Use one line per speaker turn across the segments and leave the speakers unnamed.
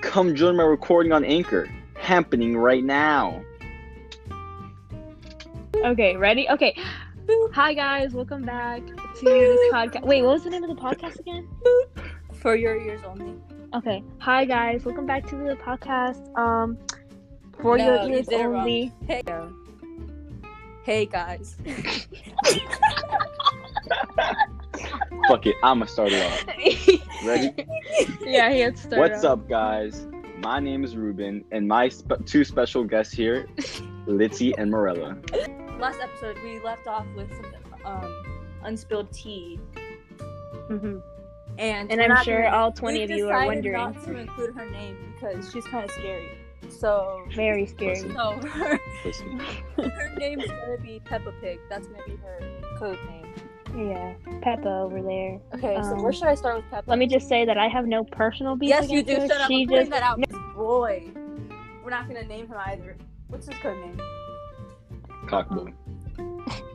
come join my recording on Anchor, happening right now.
Okay, ready? Okay. Hi guys, welcome back to this podcast. Wait, what was the name of the podcast again?
For your ears only.
Okay. Hi guys, welcome back to the podcast. Um, for
No,
your
you
ears
did it wrong.
only.
Hey. uh, Hey guys.
Fuck it, I'ma start it off. Ready?
yeah, he had started.
What's up, guys? My name is Ruben, and my sp- two special guests here, Litzy and Morella.
Last episode we left off with some um unspilled tea
hmm
and
And I'm
not-
sure all 20 of
we
you are
decided
wondering.
not to include her name because she's kind of scary. So
Very scary.
so her,
Listen,
her name's gonna be Peppa Pig. That's gonna be her code name.
Yeah, Peppa over there.
Okay, so
Um,
where should I start with Peppa?
Let me just say that I have no personal beef.
Yes, you do.
against
Shut
her.
up.
She
I'm putting
just
that out. Boy, we're not gonna name him either. What's his code name?
cockboy.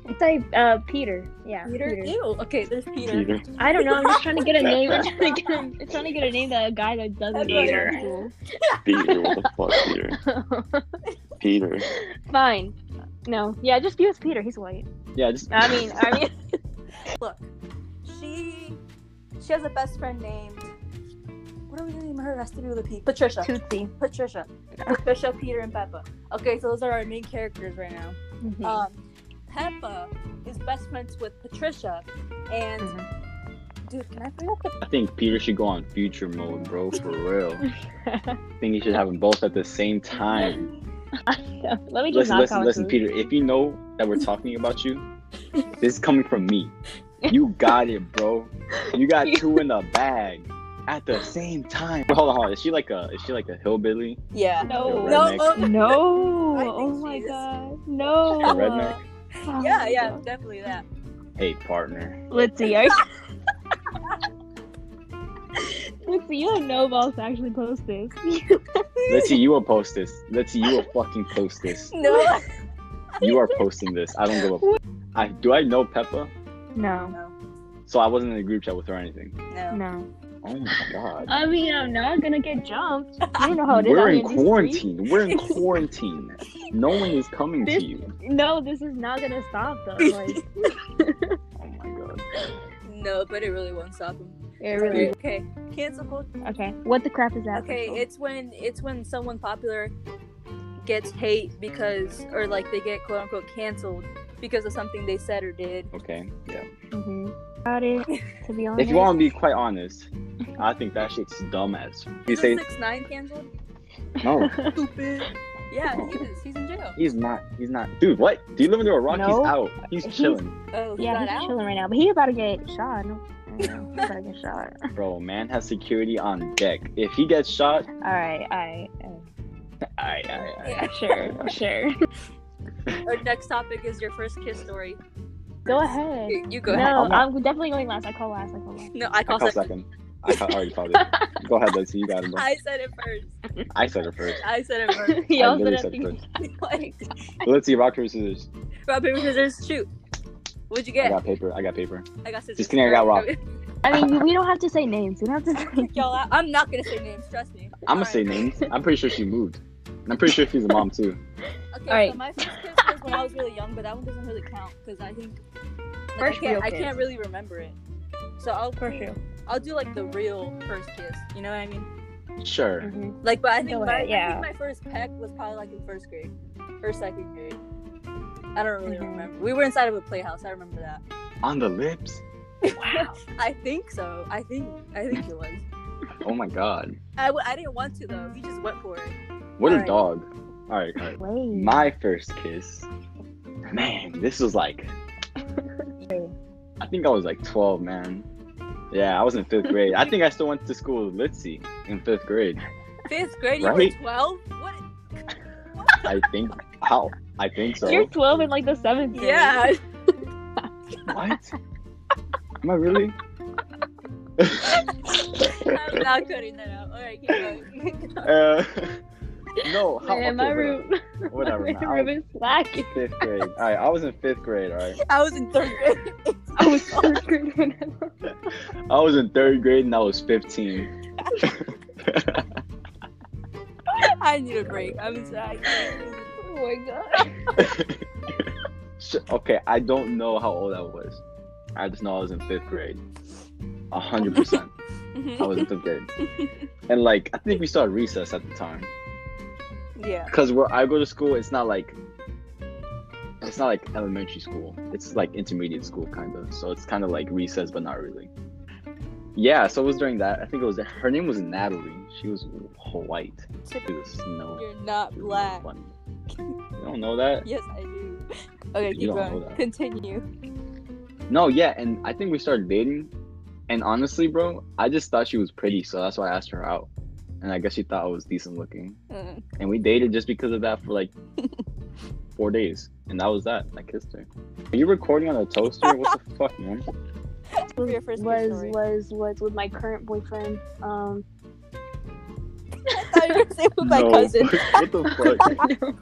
it's like uh Peter. Yeah,
Ew. Okay, there's Peter.
Peter.
I don't know. I'm just trying to get a name. I'm trying to get a, I'm trying to get a name that a guy that doesn't
Peter.
go
Peter, what the fuck, Peter?
to school.
Peter.
Fine. No. Yeah, just use Peter. He's white.
Yeah, just.
I mean, I mean.
Look, she she has a best friend named. What are we gonna name her? It has to be with a P. Patricia.
Tootsie.
Patricia. Patricia, Peter, and Peppa. Okay, so those are our main characters right now.
Hmm.
Um, Peppa is best friends with Patricia, and dude, can I bring up the
I think Peter should go on future mode, bro, for real. I think you should have them both at the same time.
Let me just
listen,
knock
listen,
out.
listen, Peter. If you know that we're talking about you, this is coming from me. You got it, bro. You got two in the bag at the same time. Hold on, hold on. Is she like a? Is she like a hillbilly?
yeah?
No.
No.
No.
I think
Oh my
she is.
god. No.
A redneck?
Oh
Yeah,
my
yeah,
God.
definitely that.
Hey, partner.
Let's see. Are... Let's see. You don't know balls to actually post this.
Let's see. You will post this. Let's see. You will fucking post this.
No.
You are posting this. I don't give a. F- I do. I know Peppa,
no.
no.
so I wasn't in a group chat with her or anything.
No.
No.
Oh my god.
I mean, I'm not gonna get jumped. You don't know how it is. out
We're
here
in
these streets.
quarantine. We're in quarantine. No one is coming
This-
to you.
No, this is not gonna stop though. Like,
Oh my god.
No, but it really won't stop him.
it really.
Okay, cancel culture.
Okay. What the crap is that?
Okay,
Oh.
Rachel?
it's when it's when someone popular gets hate because or like they get quote unquote canceled because of something they said or did.
Okay. Yeah.
hmm About it, to be honest.
If you want to be quite honest, I think that shit's dumb as. You say
six nine canceled?
no.
Stupid. Yeah, he is. He's in jail.
He's not. He's not. Dude, what? Do you live under a rock?
No.
He's out. He's
He's-
chilling,
Oh, he
yeah,
got
he's
out.
chilling right now, but he about to get shot. I know. I know, he about to get shot.
bro. Man has security on deck. If he gets shot,
All right, all right, all
I, I,
Yeah.
right. sure, sure.
Our next topic is your first kiss story.
Go ahead.
You, you go
No,
ahead.
I'm
I'm,
not-
definitely going last. I call last. I call last.
No, I
I
call
call second.
second.
I ca- I already called it. Go ahead, Lacey. You got it. Bro.
I said it first.
I said it first.
I said it first.
He
I
also
literally
doesn't
said
think-
like,
Let's see. Rock paper scissors.
rock paper scissors shoot. What'd you
I
get?
got paper. I got paper.
I got scissors.
Just kidding, I got rock.
I mean, we don't have to say names. We don't have to say.
Y'all out. I'm not gonna say names. Trust me.
I'm gonna
All
say
right.
names. I'm pretty sure she moved. And I'm pretty sure she's a mom too.
Okay,
All right.
so my first kiss was when I was really young, but that one doesn't really count because I think like,
First
I, can't,
real
I
kiss.
can't really remember it. So I'll
For sure.
I'll do like the real first kiss. You know what I mean?
Sure.
hmm
Like, but I
Go
think my,
ahead,
I
yeah.
think my first peck was probably like in first grade or second grade. I don't really
Mhm.
remember. We were inside of a playhouse. I remember that.
On the lips.
Wow.
I think so. I think I think it was.
Oh my god.
I, w- I didn't want to though. We just went for it.
What a
Alright.
dog. All right, all right.
Wait.
My first kiss. Man, this was like I think I was like 12, man. Yeah, I was in fifth grade. I think I still went to school with Litzy in fifth grade.
Fifth grade. You
Right?
were twelve. What?
I think how I think so.
You're 12 in like the seventh grade.
Yeah.
What? Am I really?
I'm not cutting that out. All right, keep going.
Uh, no. How,
Man, my
okay,
room, my
whatever. whatever man.
room is slacking.
I was in fifth grade. All right, I was in fifth grade. All right.
I was in third grade.
I was third grade when I was-
I was in third grade and I was 15.
I need a break. I'm sorry.
Oh my god.
Sh- okay, I don't know how old I was. I just know I was in fifth grade. A hundred percent. I was in fifth grade. And like I think we started recess at the time.
yeah.
Cause where I go to school it's not like it's not like elementary school. It's like intermediate school kinda. So it's kinda like recess but not really. Yeah, so it was during that. I think it was her name was Natalie. She was white. She was snow.
You're not
She was
black.
funny. You don't know that?
Yes, I do. Okay,
You
keep
don't know
going.
that.
Continue.
No, yeah, and I think we started dating. And honestly, bro, I just thought she was pretty, so that's why I asked her out. And I guess she thought I was decent looking.
Uh,
And we dated just because of that for like four days. And that was that. I kissed her. Are you recording on a toaster? what the fuck, man?
for your first
was
story.
was was with my current boyfriend. Um,
I thought you were gonna say with my
No.
cousin.
what the fuck?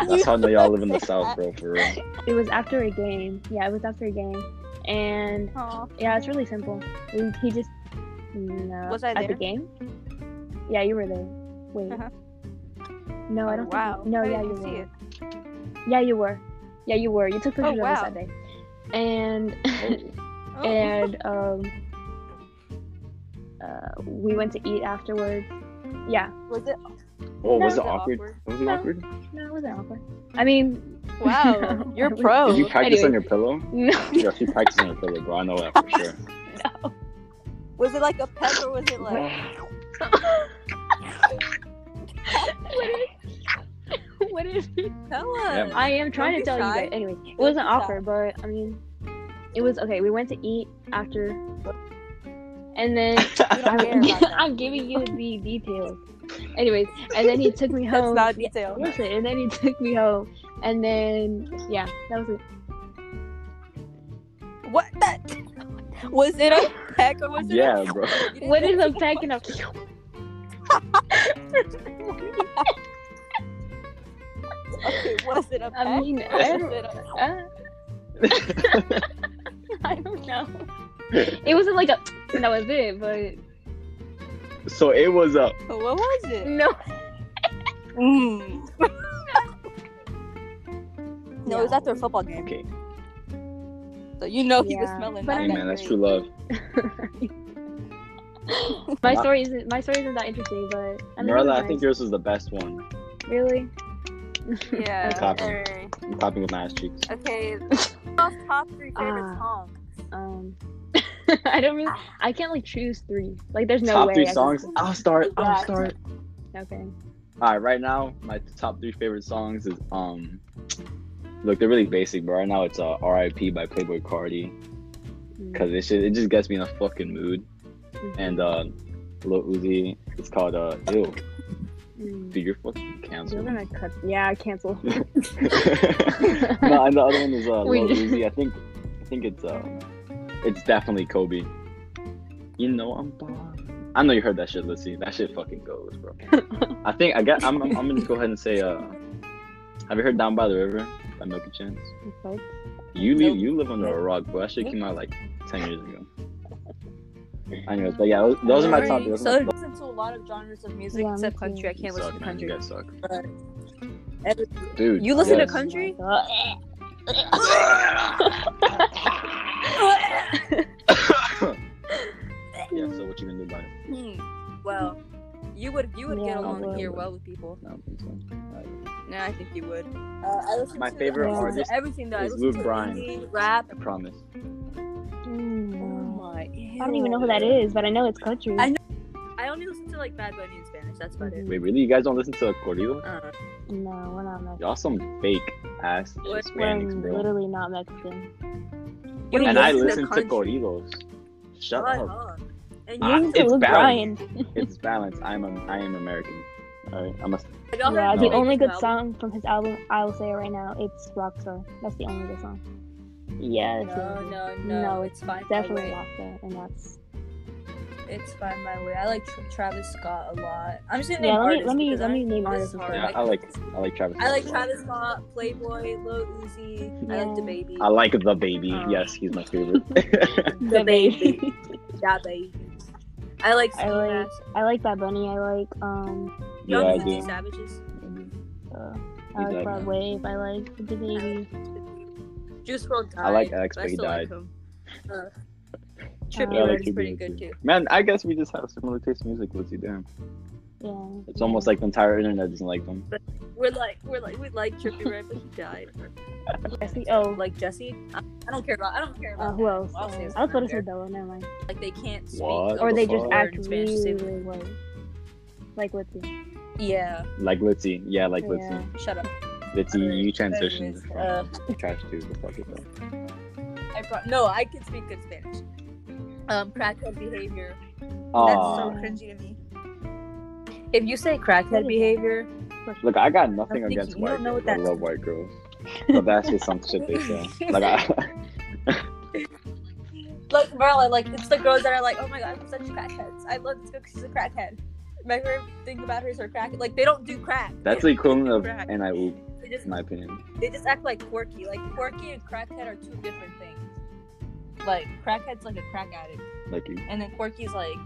That's how I know y'all live in the south, bro, for real.
it was after a game. Yeah, it was after a game, and
Aw.
yeah, it's really simple. We- He just no.
Was I
at the
there?
game? Yeah, you were there. Wait.
Uh-huh. Oh,
No, I don't.
Wow.
Think, no,
I
yeah, you
didn't
were.
see it. Oh,
Yeah, you were. Yeah, you were. You took pictures of us
wow.
that day. And
Oh,
Oh.
and um, uh, we went to eat afterwards. Yeah,
was it?
oh
No,
was
was
it
it
awkward?
awkward?
Was it
No.
awkward?
no, it wasn't awkward. I mean,
Wow, you're
Did
pro.
Did you practice on
anyway.
your pillow?
no,
Yeah, she practiced on her pillow, bro. I know that for sure.
Was it like a pet or was it like?
what is?
Tell
Yeah,
us.
man.
I am trying
Don't
to tell
be shy.
you guys. Anyways, it
be
wasn't
shy.
awkward, but I mean, it was okay. We went to eat after, and then
You don't care about that.
I'm giving you the details. Anyways, and then he took me
That's
home.
not detail.
Listen, and then he took me home, and then yeah, that was it.
What that? Was it a peck or was it?
yeah,
A...
bro.
You didn't
What
say
is a
what-
peck and a?
Okay, was it a peck?
I mean,
or was
I don't,
it a-
uh, I don't know. It wasn't like a. And that was it, but
So it was a.
What was it?
no.
Mm. No, it was
Yeah.
after a football game,
Okay.
so you know he was
Yeah.
smelling.
But I
not
Hey,
that
man, that's
great.
true love.
My story isn't my story isn't that interesting, but I mean, it was
Marla, I think
nice.
yours was the best one.
really.
Yeah.
It's happening.
alright.
I'm clapping with my ass cheeks.
Okay. Y'all's top three favorite
Ah.
songs.
Um, I don't really. I can't like choose three. Like, there's no
top
way. I
three
can-
songs. I'll start. I'll
Yeah.
start.
Okay.
All right, right now my top three favorite songs is um, look, they're really basic, but right now it's uh, R.I.P. by Playboy Cardi
Mm.
because it just, it just gets me in a fucking mood.
Mhm.
And uh, Lil Uzi, it's called uh, Ew,
Mm.
dude, you're fucking
You're
canceled.
gonna cut. Yeah, cancel.
no, and the other one is uh,
We
Lil
just-
Uzi. I think I think it's uh, it's definitely Kobe. You know I'm Bob. I know you heard that shit, Lissy. That shit fucking goes, bro. I think I got. I'm, I'm, I'm gonna just go ahead and say. Uh, have you heard "Down by the River" by Milky Chance?
Okay.
You live,
Nope.
you live under a rock, bro. That shit came out like ten years ago. Anyways, but yeah, those, those are my top. Those
So
are
I
my
listen to a lot of genres of music
Yeah, me
except
too.
country. I
you
can't listen
suck,
to
man. You
country.
guys suck,
but every-
dude.
You listen
yes.
to country?
Mm.
yeah. So what you gonna do about it?
Hmm. Well, you would you would
Yeah,
get
I
along
would.
here well with people.
I don't think so.
No, I think you would. Uh, I listen
My
to,
favorite
I listen to
artist
everything though. I
is
listen
Luke
to
Bryan.
indie, rap. Oh
I promise.
Mm.
my!
I don't even know who that is, but I know it's country.
I I only listen to like Bad Bunny in Spanish. That's about it.
Wait, really? You guys don't listen to corrido?
Uh,
No, we're not Mexican.
Y'all some fake ass
We're
Hispanics,
we're
bro.
literally not Mexican.
you
and I
listen to
listen to
country.
corridos. Shut
Shut
up.
up. And
Ah,
you,
Listen to
it's
Luke
balanced.
Bryan.
It's balanced. I'm a, I am American. All right, I'm a.
have y'all
Yeah,
heard
the
No.
only good
Drake's new album?
song from his album, I will say it right now, it's Rockstar. That's the only good song. Yeah, that's the
No,
only good.
no, no,
No,
It's fine.
definitely
my way.
Rockstar, and that's
It's fine my way. I like Tra- Travis Scott a lot. I'm just gonna
yeah. Let
name
me
artists
let me
because
let
I-
me name
this
artists.
is
and
hard.
Yeah,
stuff.
I like I like Travis.
I like
Scott a lot.
Travis Scott, Playboy, Lil Uzi. I like the
Yeah.
baby.
I like the baby.
Um,
yes, he's my favorite.
The baby. that baby. I like.
I like I like Bad Bunny. I like um
Y'all
Yeah, I
know the
do.
two savages?
Uh,
I
died
like
now.
Broad Wave. I like the baby.
Mm-hmm. Juice WRLD died.
I like X,
but
but he
still
died.
like him. Uh,
Yeah, I
Trippie
like
Red's
Trippie
pretty
Redd
good too.
Man, I guess we just have similar taste in music, Lizzie. Damn.
Yeah.
It's almost like the entire internet doesn't like them.
We're like, we're like, we like Trippie Red, but he died.
Jesse- oh.
like Jesse. I, I don't care about. I don't care
Uh,
about.
who
that.
else?
I'll
Uh,
say it's
I was about
not
to say
fair.
Bella. Never mind.
Like they can't speak.
What
Or
the
they
fuck?
just
word
act
in Spanish to
really,
say-
really white. Like with the
Yeah.
Like Litzy. Yeah, like
Yeah.
Litzy.
Shut up.
Litzy, you
Alright,
transitioned
anyways,
from
uh,
trash to the fuck it up.
I brought, no, I can speak good Spanish. Um, crackhead behavior. That's so
Aw.
cringy to me. If you say crackhead behavior,
Look, I got nothing
Thank you.
against
You
white
don't know
girls.
what
I
that's-
love white girls. But that's just some shit they say. Like, I,
like Marla, like it's the girls that are like, oh my god, I'm such crackheads. I love this girl because she's a crackhead. My favorite thing about her is her crack. Like they don't do crack.
that's the
They
equivalent
don't
of
do crack.
and I oop,
They just
in my opinion.
they just act like quirky. Like quirky and crackhead are two different things. Like crackhead's like a crack addict,
Like you.
and then quirky is like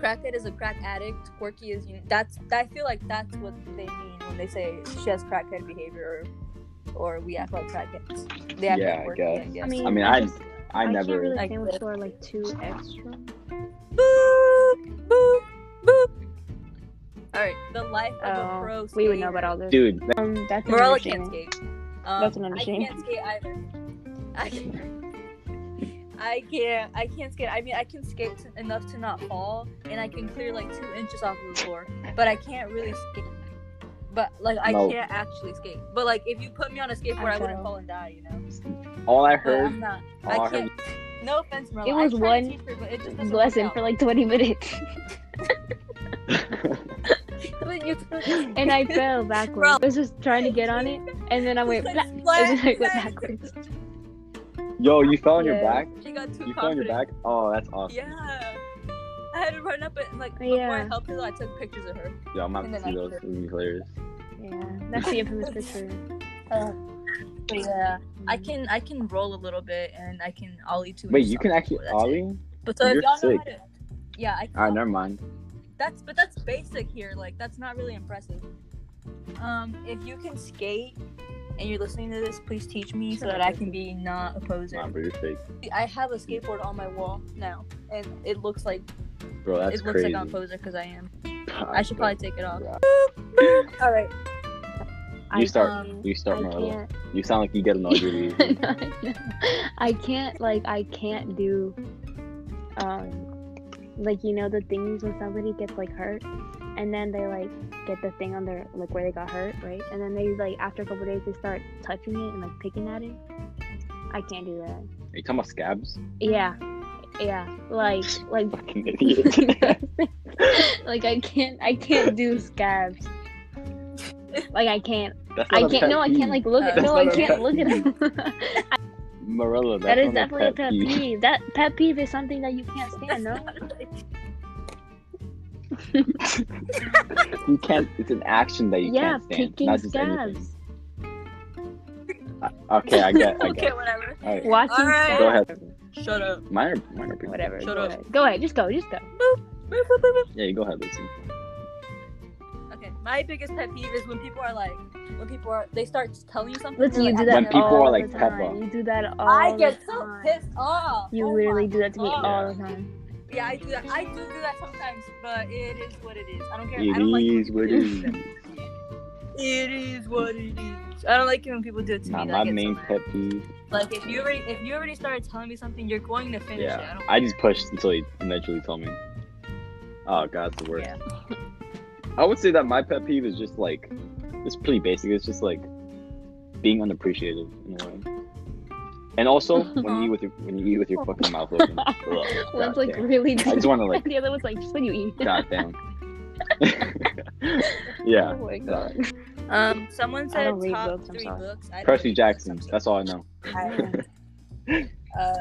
crackhead is a crack addict. Quirky is you. That's I feel like that's what they mean when they say she has crackhead behavior, or, or we act like crackheads. They act
Yeah,
like
I
quirky.
guess.
guess.
I mean,
I mean, I,
just-
I
can't
never.
really
Like
say
this.
which two are like too extra.
boop boop boop. All right, the life of a pro.
Oh, we would know
skater.
about all this.
Dude,
Um, that's an
Marilla can't
understatement.
skate. Um,
That's an
I
understatement.
can't skate either. I can't. I can't. I can't skate. I mean, I can skate to, enough to not fall, and I can clear like two inches off of the floor, but I can't really skate. But like, I
No.
can't actually skate. But like, if you put me on a skateboard, I wouldn't
sorry.
fall and die, you know.
all I
But
heard
I'm not.
Oh, I
I
heard-
can't. No offense, Marilla.
It
I
was
tried to
one
teach her, but it just doesn't work
Lesson
out.
for like 20 minutes,
But you-
and I fell backwards. I was just trying to get on it, and then I went.
Like,
blah, and then I went backwards.
Yo, you fell on your
Yeah.
back?
She got too
You fell on your
confident.
back? Oh, that's awesome.
Yeah. I had to run up and like before I
Yeah.
helped her, I took pictures of her.
Yo, I'm about
And
to see
then I-
those. It'll be hilarious.
Yeah, that's the infamous picture.
yeah, I can I can roll a little bit and I can ollie too.
Wait, you can actually
That's it.
ollie?
But so if
You're
y'all know how
sick.
to, yeah, I can.
All right, never mind.
That's but that's basic here. Like that's not really impressive. Um, if you can skate and you're listening to this, please teach me so that I can be not a
Nah,
poser.
bro, you're fake,
I have a skateboard on my wall now, and it looks like
bro. That's
it looks
crazy.
like I'm a poser because I am.
Nah,
I should
bro.
probably take it off.
Yeah.
All right.
I-
You start.
um,
You start,
I
Marlo.
can't.
You sound like you get an ugly.
No, no. I can't like I can't do um like you know the things when somebody gets like hurt and then they like get the thing on their like where they got hurt, right? And then they like after a couple days they start touching it and like picking at it. I can't do that.
Are you talking about scabs?
Yeah. Yeah. Like like
Fucking idiot.
like I can't I can't do scabs. Like I can't
That's
I
not a
can't no
pet
I can't
peeve.
like look at
Uh,
no
that's
I
not a
can't
pet
look at them.
Marilla, that's
That is
not
definitely a pet peeve.
peeve.
That pet peeve is something that you can't stand, no?
you can't. It's an action that you
yeah,
can't stand.
picking
not just anything.
scabs.
Okay, I get. I
okay,
get.
whatever.
All right.
Watching
Alright.
Go ahead.
scabs.
Shut up.
Mine are, mine are pretty-
Whatever.
Shut
go
up.
Ahead. Go ahead. Just go. Just go.
Yeah, you go ahead, Lucy.
Okay, my biggest pet peeve is when people are like, when people are, they start telling you something.
Let's
they're
you
like,
do that
When people
all
are like
the time.
Peppa.
You do that all
I get
the
so
time.
pissed off.
You
Oh
literally
my
do that to me
God.
all the time.
Yeah, I do that. I do do that sometimes, but it is what it is. I don't care. I don't like
It is what it is.
It is what it is. I don't like it when people do it to
Nah,
me.
my
That gets
main
so mad.
pet peeve.
Like if you already, if you already started telling me something, you're going to finish it. I
Yeah,
don't.
I just pushed until he eventually told me. Oh god, it's the worst. I would say that my pet peeve is just like, it's pretty basic. It's just like being unappreciative in a way. And also when you eat with your when you eat with your fucking mouth open. Ugh,
One's
God
like
damn.
really
I just want to like
the other one's like, just when you eat.
god damn. yeah,
Oh my god.
Um, someone
I
said
don't read
top
books, I'm
three
sorry.
books. I don't
Percy
read books,
Jackson.
I'm sorry.
That's all I know.
I, uh,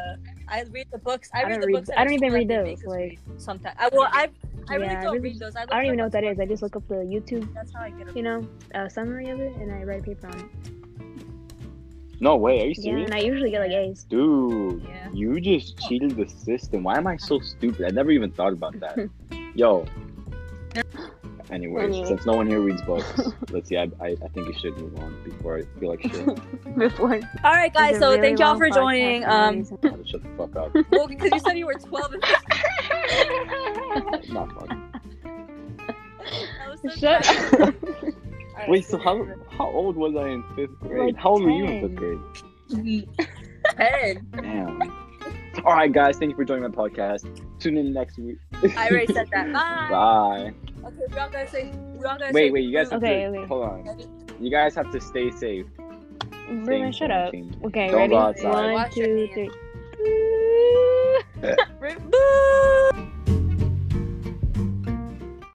I read the books. I,
I
read
don't
the
read-
books. that
I don't
are
even read
that they
those,
make us
like-
read sometimes. I well, I I really
Yeah, I
don't
really-
read those. I, look
I don't even know
up-
what that is. I just look up the YouTube,
That's how I get.
you know, uh, summary of it, and I write a paper on it.
No way. Are you
Yeah,
serious,
and I usually get like A's.
dude?
Yeah.
You just cheated the system. Why am I so stupid? I never even thought about that. Yo, Anyways,
Anyway.
since no one here reads books, let's see. I, I, I think you should move on before I feel like shit.
Before
All right, guys.
It's a
So
really
thank y'all
long
for
podcast
joining.
for no
Um,
reason.
I'll shut the fuck up.
well, because you said you were 12 and
Not fun.
I was so
Shut
excited.
up.
All right,
Wait, so how how old was I in fifth grade? how old were you in
10.
fifth grade?
Ten.
Damn. All right, guys. Thank you for joining my podcast. Tune in next week.
I already said that. Bye.
Bye.
Okay, we all gotta say. We all gotta say.
Wait, wait. You guys have
Okay,
to
okay.
hold on. You guys have to stay safe.
Bruno, shut up.
quarantined.
Okay,
Don't
ready?
go outside.
One,
Wash your
two,
hands.
three.
Boo.